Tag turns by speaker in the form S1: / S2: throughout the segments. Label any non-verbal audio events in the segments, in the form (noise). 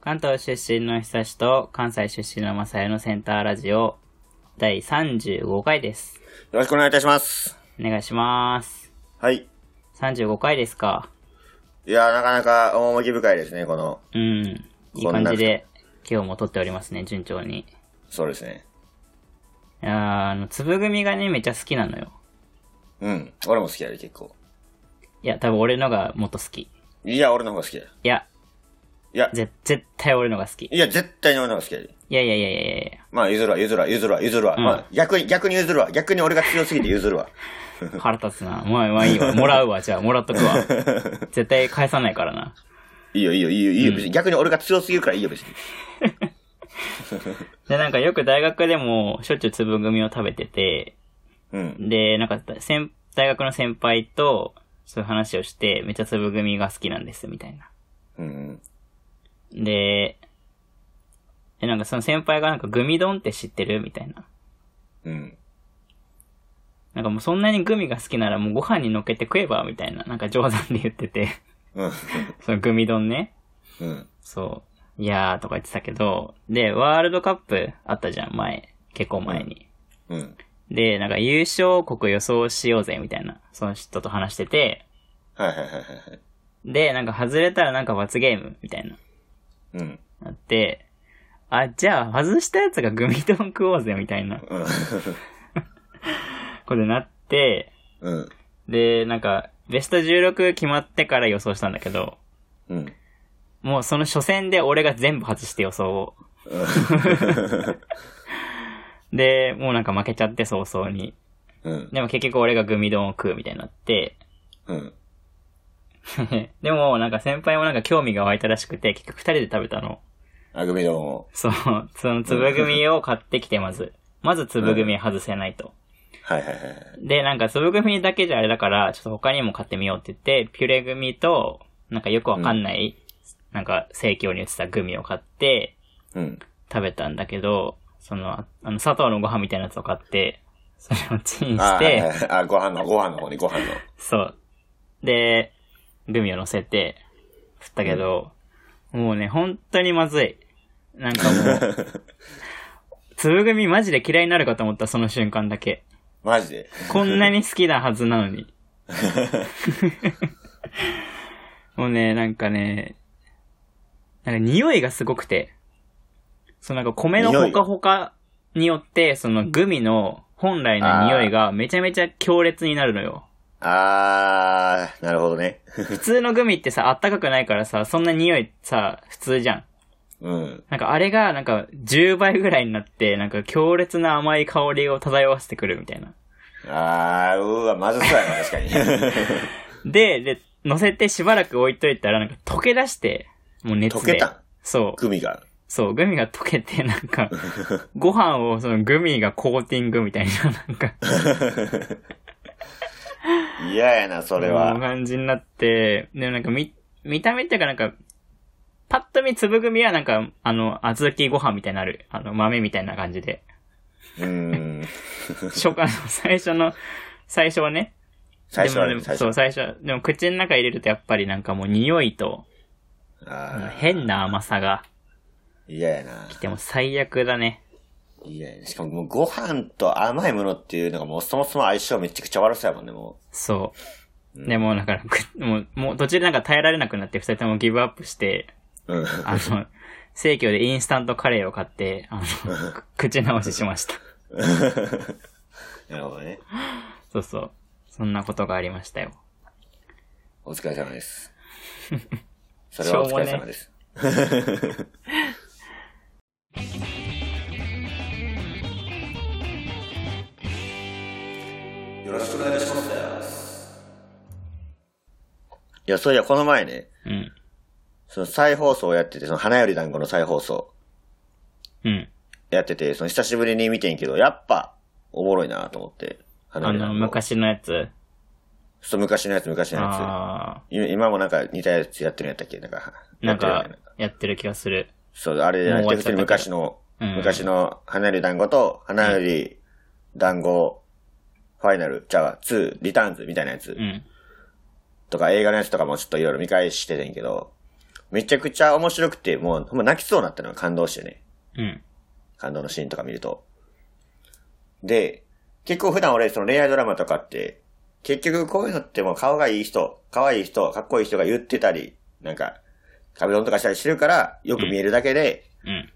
S1: 関東出身の久志と関西出身の正代のセンターラジオ第35回です。
S2: よろしくお願いいたします。
S1: お願いします。
S2: はい。
S1: 35回ですか。
S2: いやー、なかなか趣深いですね、この、
S1: うん。いい
S2: こん
S1: 感
S2: な
S1: じで今日も撮っておりますね、順調に。い
S2: そうですね。
S1: やーあの、粒組がね、めっちゃ好きなのよ。
S2: うん。俺も好きやで、結構。
S1: いや、多分俺のがもっと好き。い
S2: いや、俺の方が好きや。い
S1: や、
S2: や、
S1: ぜ、絶対俺のが好き。い
S2: いや、絶対に俺の方が好きやで。
S1: やいやいやいやいやい
S2: まあ、譲るわ、譲るわ、譲るわ、譲るわ。
S1: ん
S2: まあ、逆に、逆に譲るわ。逆に俺が強すぎて譲るわ。 (laughs)
S1: や。腹立つな。 (laughs) まあまあいいわ。もらうわ。じゃあ、もらっとくわ。絶対返さないからな。
S2: いいよ、いいよ、いいよ、いいよ、別に。逆に俺が強すぎるからいいよ、別に。
S1: で、なんかよく大学でも、しょっちゅう粒組を食べてて、
S2: うん。
S1: で、なんか先、大学の先輩と、そういう話をして、めっちゃ粒組が好きなんです、みたいな。
S2: うん。
S1: で、で、なんかその先輩がなんか、グミ丼って知ってるみたいな。
S2: うん。
S1: なんかもうそんなにグミが好きならもうご飯に乗っけて食えばみたいな、なんか冗談で言ってて、 (laughs)
S2: うん。
S1: そのグミ丼ね。
S2: うん。
S1: そう。いやーとか言ってたけど、で、ワールドカップあったじゃん、前。結構前に。
S2: うん。
S1: で、なんか優勝国予想しようぜ、みたいな、その人と話してて、
S2: はいはいはいはいはい。
S1: で、なんか外れたらなんか罰ゲーム、みたいな、
S2: うん。
S1: なって、あ、じゃあ外したやつがグミ丼食おうぜ、みたいな、
S2: うん。
S1: ことになって、
S2: うん。
S1: で、なんか、ベスト16決まってから予想したんだけど、
S2: うん。
S1: もうその初戦で俺が全部外して予想を。で、もうなんか負けちゃって早々に。
S2: うん。
S1: でも結局俺がグミ丼を食うみたいになって、 (laughs)
S2: うん。
S1: でもなんか先輩もなんか興味が湧いたらしくて、結局二人で食べたの。
S2: あぐみどうも。
S1: そう、その粒組を買ってきてまず。まず粒組外せないと。
S2: はいはいはいはい。
S1: で、なんか粒組だけじゃあれだから、ちょっと他にも買ってみようって言って、ピュレ組と、なんかよくわかんない、なんか生協に売ってたグミを買って
S2: うん。
S1: 食べたんだけど、その、ああの、砂糖のご飯みたいなやつを買って、それをチン
S2: あ
S1: し
S2: はいはい
S1: て、
S2: はいあ、ご飯の、ご飯の方に、ご飯の。
S1: そう。で、グミを乗せて、振ったけど、もうね、本当にまずい。なんかもう、
S2: (laughs)
S1: 粒グミマジで嫌いになるかと思った、その瞬間だけ。
S2: マジで。
S1: こんなに好きなはずなのに。もうね、なんかね、なんか匂いがすごくて、そのなんか米の
S2: 匂
S1: ほ
S2: い
S1: かほかによって、そのグミの本来の匂いがめちゃめちゃ強烈になるのよ。
S2: あー、なるほどね。
S1: 普通のグミってさ、あったかくないからさ、そんな匂いさ、普通じゃん。
S2: うん。
S1: なんかあれが、なんか10倍ぐらいになって、なんか強烈な甘い香りを漂わせてくるみたいな。
S2: あー、うーわ、まずそうやな、
S1: (laughs)
S2: 確かに。
S1: で、で、乗せてしばらく置いといたら、なんか溶け出して、もう熱で。
S2: 溶けたん
S1: そう。
S2: グミが。
S1: そう、グミが溶けて、なん
S2: (laughs)
S1: か、ご飯をそのグミがコーティングみたいな、 (laughs) なんか、
S2: 嫌やな、そ
S1: そ
S2: れ
S1: ういう
S2: は。
S1: 感じになって、でもなんか見、見た目っていうかなんか、パッと見粒組はなんか、あの、小豆ご飯みたいになる。あの、豆みたいな感じ
S2: (laughs)
S1: で。
S2: うーん。
S1: 初夏の最初の、最初はね。
S2: 最初は
S1: でも
S2: ね、
S1: で
S2: 最
S1: もそう、
S2: 初。
S1: 最初。でも口の中入れるとやっぱりなんかもう匂いと、
S2: あ
S1: 変な甘さが
S2: ー、嫌やな
S1: 来。てもう最悪だね。
S2: 嫌やな。しかももうご飯と甘いものっていうのがもうそもそも相性めちゃくちゃ悪そうやもんね、も
S1: そう。でもうだから、くもう、もう途中でなんか耐えられなくなって二人ともギブアップして、
S2: う。うん。 (laughs)
S1: あの、生協でインスタントカレーを買って、
S2: (laughs)
S1: あの、く口直ししました。
S2: なるほどね。
S1: そうそう。そんなことがありましたよ。
S2: お疲れ様
S1: (laughs)
S2: です。それはお疲れ様です。 (laughs) よろしくお願いします。いや、そういや、この前ね、
S1: うん。
S2: その再放送をやってて、その花より団子の再放送
S1: うん。
S2: やってて、その久しぶりに見てんけど、やっぱ、おもろいなと思って。花
S1: あ
S2: より
S1: の、
S2: 団子。
S1: 昔のやつ。
S2: そう、昔のやつ、昔のや
S1: あ
S2: つ。今今もなんか似たやつやってるんやったっけなんか、
S1: ーなん
S2: やって
S1: か
S2: るよね、
S1: やってる気がする。
S2: そう、あれじゃなく
S1: もう終わ
S2: て、
S1: っ
S2: 普
S1: ちゃ
S2: 通
S1: ったけど
S2: に昔の、
S1: うん
S2: 昔の花より団子と、花より団子、ファイナル、じゃあ、2、リターンズみたいなやつ
S1: うん。
S2: とか、映画のやつとかもちょっといろいろ見返しててんけど、めちゃくちゃ面白くて、もう、ほんま泣きそうになったのが感動してね。
S1: うん。
S2: 感動のシーンとか見ると。で、結構普段俺、その恋愛ドラマとかって、結局こういうのってもう顔がいい人、可愛い人、かっこいい人が言ってたり、なんか、壁ドンとかしたりしてるから、よく見えるだけで、
S1: うん。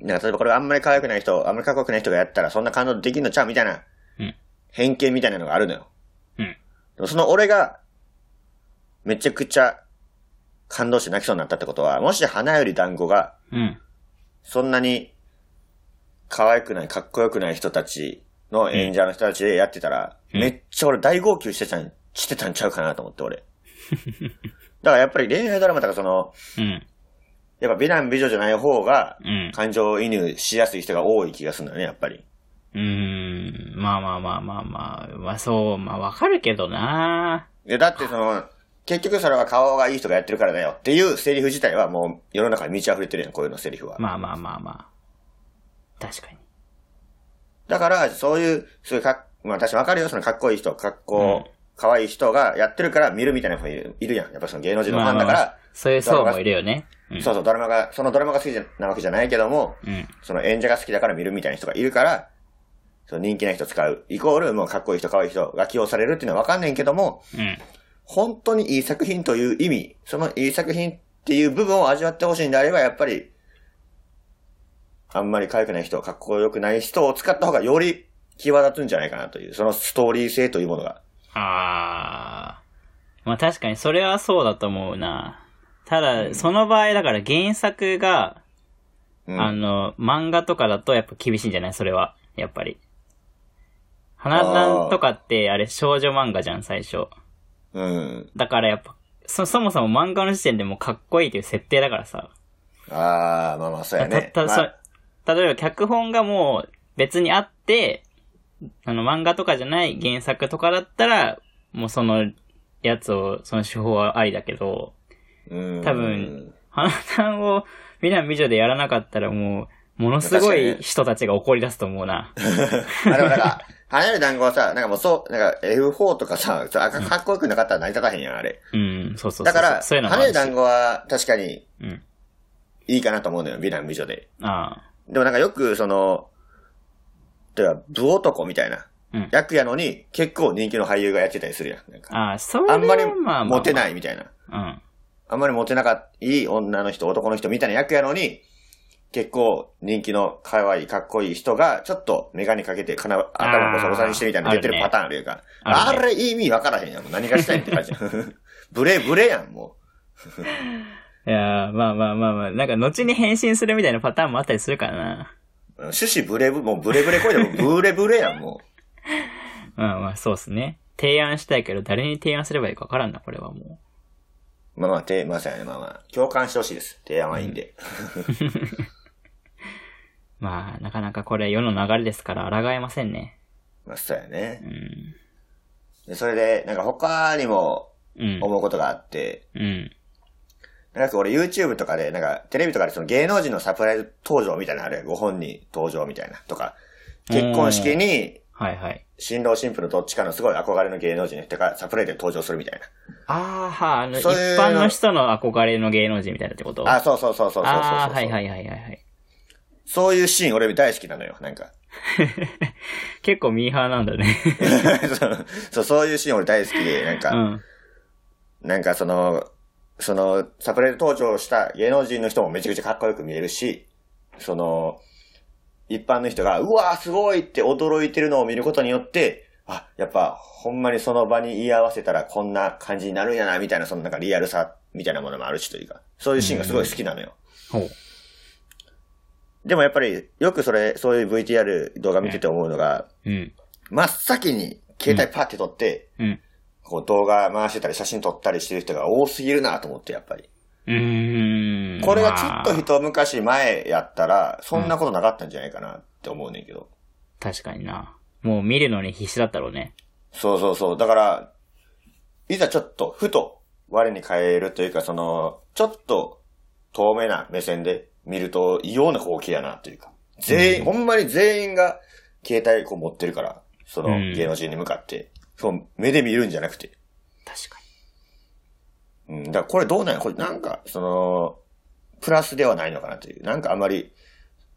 S2: なんか例えばこれあんまり可愛くない人、あんまりかっこよくない人がやったらそんな感動できんのちゃうみたいな
S1: うん、
S2: 偏見みたいなのがあるのよ。
S1: うん。
S2: でもその俺が、めちゃくちゃ感動して泣きそうになったってことは、もし花より団子が、
S1: うん。
S2: そんなに可愛くない、かっこよくない人たちの演者の人たちでやってた
S1: う
S2: ら、
S1: ん
S2: めっちゃ俺大号泣してたん、してたんちゃうかなと
S1: (laughs)
S2: 思って俺。だからやっぱり恋愛ドラマとかその、
S1: うん。
S2: やっぱ美男美女じゃない方が
S1: うん。
S2: 感情移入しやすい人が多い気がするんだよね、やっぱり。
S1: うーん。まあまあまあまあまあ。まあそう、まあわかるけどな
S2: で、だってその、結局それは顔がいい人がやってるからだよっていうセリフ自体はもう世の中に満ち溢れてるやん、こういうのセリフは。
S1: まあまあまあまあ。確かに。
S2: だから、そういう、そういうかっ、まあ私わかるよ、そのかっこいい人、かっこ、
S1: うん
S2: 可愛い人がやってるから見るみたいな人いるいるやん。やっぱその芸能人のフ
S1: まあ
S2: ァンだ
S1: まあ
S2: から、
S1: まあ、そういう層もいるよね。うん。
S2: そうそう、ドラマが、そのドラマが好きじゃなわけじゃないけども、
S1: うん。
S2: その演者が好きだから見るみたいな人がいるから、その人気な人使う。イコール、もうかっこいい人、可愛い人が起用されるっていうのはわかんねんけども、
S1: うん。
S2: 本当にいい作品という意味、そのいい作品っていう部分を味わってほしいんであれば、やっぱり、あんまり可愛くない人、かっこよくない人を使った方がより際立つんじゃないかなという、そのストーリー性というものが。
S1: あー。まあ確かにそれはそうだと思うな。ただ、その場合だから原作が、
S2: うん
S1: あの、漫画とかだとやっぱ厳しいんじゃないそれは。やっぱり。花壇とかってあれ少女漫画じゃん、最初。
S2: うん。
S1: だからやっぱ、そ、そもそも漫画の時点でもうかっこいいという設定だからさ。
S2: ああ、まあまあ、そうやね。
S1: たた
S2: まあ
S1: そう例えば脚本がもう別にあって、あの漫画とかじゃない原作とかだったら、もうそのやつを、その手法はありだけど、
S2: うん
S1: 多分、花壇を美男美女でやらなかったらもう、ものすご
S2: 確かに
S1: い
S2: ね
S1: 人たちが怒り出すと思うな。
S2: あ、でもなんか、花より団子はさ、なんかもうそう、なんか F4 とかさ、そうあかかっこよくなかったら成り立たへんやん、あれ。
S1: うん、そうそうそう。
S2: だから、
S1: そういうのもあ
S2: 花よ
S1: る
S2: り
S1: し。
S2: 団子は確かに
S1: うん。
S2: いいかなと思うのよ、美男美女で。
S1: あ
S2: でもなんかよく、その、例えば、武男みたいな
S1: うん
S2: 役やのに、結構人気の俳優がやってたりするやん。な
S1: あ。
S2: んか
S1: ああ、それ
S2: あ
S1: は
S2: んまり
S1: まあまあ。
S2: モテ
S1: い。
S2: ないみたいな。
S1: うん。
S2: あんまりモテなかった、いい女の人、男の人みたいな役やのに、結構人気の可愛い、かっこいい人が、ちょっとメガネかけて、かな頭ボサボサにしてみたいな
S1: あー
S2: 出てるパターンあるやんか。
S1: あ
S2: あ
S1: るね
S2: れ意味わからへんやん。もう何がしたいって感じやん。 (laughs) ブレブレやん、も
S1: いやーまあまあまあまあ、なんか後に変身するみたいなパターンもあったりするからな。
S2: う。趣旨ブレブ、もうブレブレ声でもうブレブレやん、も
S1: まあまあ、そうっすね。提案したいけど、誰に提案すればいいかわからんな、これはも
S2: う。まあまあ、て、まあそうやね、まあまあ。共感してほしいです。提案はいいんで。
S1: う。まあ、なかなかこれ世の流れですから、抗えませんね。
S2: まあそうやね
S1: う。ん。
S2: でそれで、なんか他にも
S1: うん。
S2: 思うことがあって、
S1: うん。
S2: なんか俺 YouTube とかで、なんかテレビとかでその芸能人のサプライズ登場みたいなのあれ、ご本人登場みたいなとか、結婚式に
S1: はいはい。
S2: 新郎新婦のどっちかのすごい憧れの芸能人の人がサプライズで登場するみたい
S1: あーはーあの、一
S2: そういう
S1: 般の人の憧れの芸能人みたいなってこと
S2: な。あ、そうそうそうそうそうそうそう。
S1: あーはいはいはいはいはい。
S2: そういうシーン俺大好きなのよ、な
S1: (laughs)
S2: んか。
S1: 結構ミーハーなんだね。
S2: そうそう、そういうシーン俺大好きで、なん
S1: う
S2: か、
S1: ん。
S2: なんかその、その、サプライズ登場した芸能人の人もめちゃくちゃかっこよく見えるし、その、一般の人が、うわーすごいって驚いてるのを見ることによって、あ、やっぱ、ほんまにその場に言い合わせたらこんな感じになるんやな、みたいな、そのなんかリアルさ、みたいなものもあるしというか、そういうシーンがすごい好きなのよ。
S1: ほう。
S2: でもやっぱり、よくそれ、そういう VTR 動画見てて思うのが、
S1: うん。
S2: 真っ先に携帯パッて撮って、
S1: うん。
S2: こう動画回してたり写真撮ったりしてる人が多すぎるなと思って、やっぱり。
S1: うーん。
S2: これがちょっ
S1: ま
S2: と
S1: あ
S2: 一昔前やったら、そんなことなかったんじゃないかなって思うねんけど。
S1: 確かにな。もう見るのに必死だったろうね。
S2: そうそうそう。だから、いざちょっと、ふと、我に変えるというか、その、ちょっと、透明な目線で見ると、異様な光景やなというか。全員、ほんまに全員が、携帯こう持ってるから、その
S1: うん
S2: 芸能人に向かって、そう、目で見るんじゃなくて。
S1: 確か
S2: うん、だからこれどうなんやこれなんか、その、プラスではないのかなという。なんかあまり、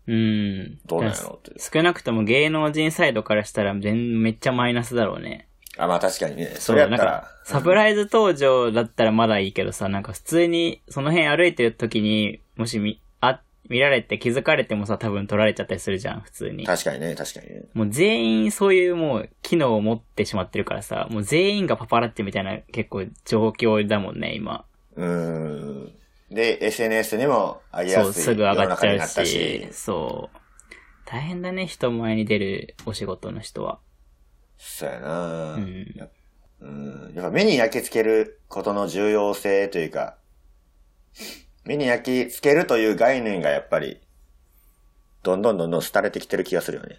S1: うん。
S2: どうなんやろうっていう
S1: 少なくとも芸能人サイドからしたら全、めっちゃマイナスだろうね。
S2: あ、まあ確かにね、それやった
S1: なん
S2: ら
S1: か、サプライズ登場だったらまだいいけどさ、なんか普通に、その辺歩いてる時に、もし見、あ、見られて気づかれてもさ、多分取られちゃったりするじゃん、普通に。
S2: 確かにね、確かにね。
S1: もう全員そういうもう機能を持ってしまってるからさ、もう全員がパパラッチみたいな結構状況だもんね、今。
S2: うーん。で、SNS にも上げや
S1: そう、
S2: すい
S1: すぐ上がっちゃうし、
S2: 世の中になった
S1: そう。大変だね、人前に出るお仕事の人は。
S2: そうやな、
S1: うん
S2: やうん。やっぱ目に焼き付けることの重要性というか、目に焼き付けるという概念がやっぱり、どんどんどんどん廃れてきてる気がするよね。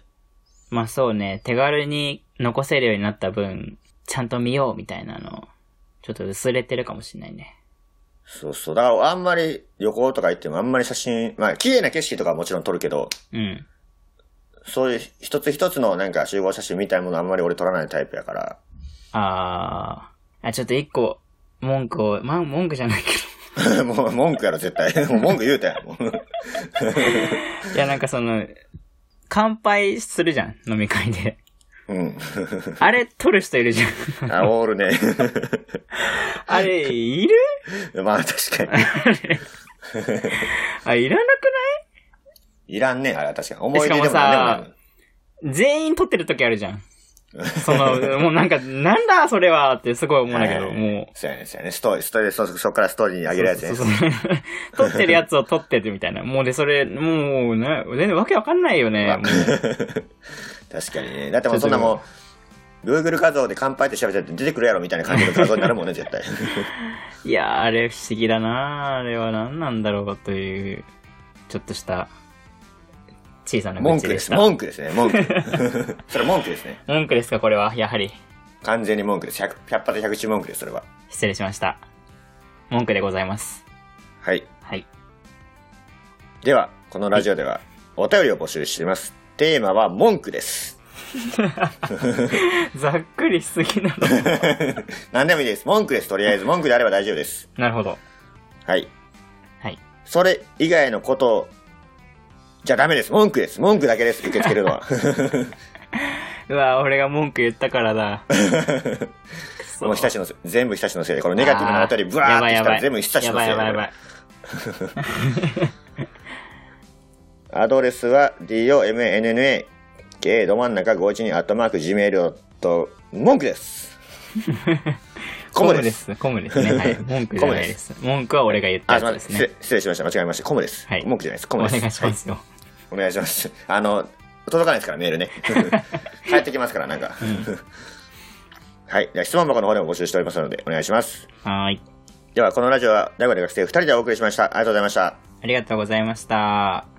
S1: まあそうね、手軽に残せるようになった分、ちゃんと見ようみたいなの、ちょっと薄れてるかもしれないね。
S2: そうそう。だからあんまり旅行とか行ってもあんまり写真、まあ綺麗な景色とかはもちろん撮るけど、
S1: うん。
S2: そういう一つ一つのなんか集合写真みたいなものあんまり俺撮らないタイプやから。
S1: あー。あ、ちょっと一個、文句を、まあ文句じゃないけ
S2: (laughs) もう文句やろ絶対。 (laughs) もう文句言うたやん。もう
S1: ど。 (laughs) いやなんかその、乾杯するじゃん、飲み会
S2: (laughs)
S1: で。
S2: うん。
S1: あれ、撮る人いるじゃん。
S2: あ、おるね。 (laughs)
S1: あれ、いる
S2: まあ確かに。
S1: あ、いらなく
S2: いらんねあれは確かに。思い出でも
S1: しかも
S2: なんでも
S1: さない全員撮ってる時あるじゃん。その、もうなんか、なんだそれはってすごい思うんだけど、
S2: はい
S1: も
S2: そうやね、そうやね。ストーリー、ストーリー、そ、そっからストーリーに上げるやつね。
S1: う。そうそう (laughs) 撮ってるやつを撮ってるみたいな。もうで、それ、もうね、全然わけわかんないよね。もう
S2: (laughs) 確かにね。だってもうそんなもう、Google 画像で乾杯って調べて出てくるやろみたいな感じの画像になるもん
S1: (laughs)
S2: ね、絶対。
S1: いやー、あれ不思議だなあれは何なんだろうかという、ちょっとした、小さな
S2: 文
S1: 愚
S2: 句
S1: 痴
S2: で。
S1: ですした。文句
S2: 文句ですね、文句。 (laughs) それ文句ですね。
S1: ですか、これは。やはり。
S2: 完全に文句です。100, 100発100中文句です、それは。
S1: 失礼しました。文句でございます。
S2: はい。
S1: はい。 (laughs)
S2: では、このラジオではお便りを募集しています。テーマは文句です。
S1: ざっくりしすぎなの。 (laughs)
S2: (laughs) 何でもいいです。文句です。とりあえず文句であれば大丈夫です。
S1: なるほど。
S2: はい。
S1: はい。
S2: それ以外のことじゃダメです。文句です。文句だけです。受け付けるのは。
S1: うわ、俺が文句言ったからだ。
S2: (laughs)
S1: く (laughs) そ
S2: もう日立のせい、全部日立のせいで、このネガティブなあたり、ブワーってきたら全部日立のせ
S1: や
S2: いだよ
S1: ばいやばいやばいやば
S2: こ
S1: い。
S2: れアドレスは domnna、k ど真ん中52、アットマーク、gmail と、文
S1: (laughs)
S2: 句です。コムです。。
S1: コム
S2: (laughs)
S1: ですね。はい。文句じゃないです。文句は俺が言った
S2: あ、
S1: や
S2: す
S1: つ
S2: みま
S1: です
S2: せん
S1: ね。
S2: 失失礼しました。間違えました。コムです。
S1: はい
S2: 文句じゃないです。コ
S1: お
S2: ム
S1: 願
S2: です。
S1: いしますよ。
S2: お願いします。あの、届かないですから、メールね。帰ってきますから、なんか。はい。じゃあ質問箱の方でも募集しておりますので、お願いします。
S1: はーい。
S2: では、このラジオは、大悟で学生2人でお送りしました。ありがとうございました。
S1: ありがとうございました。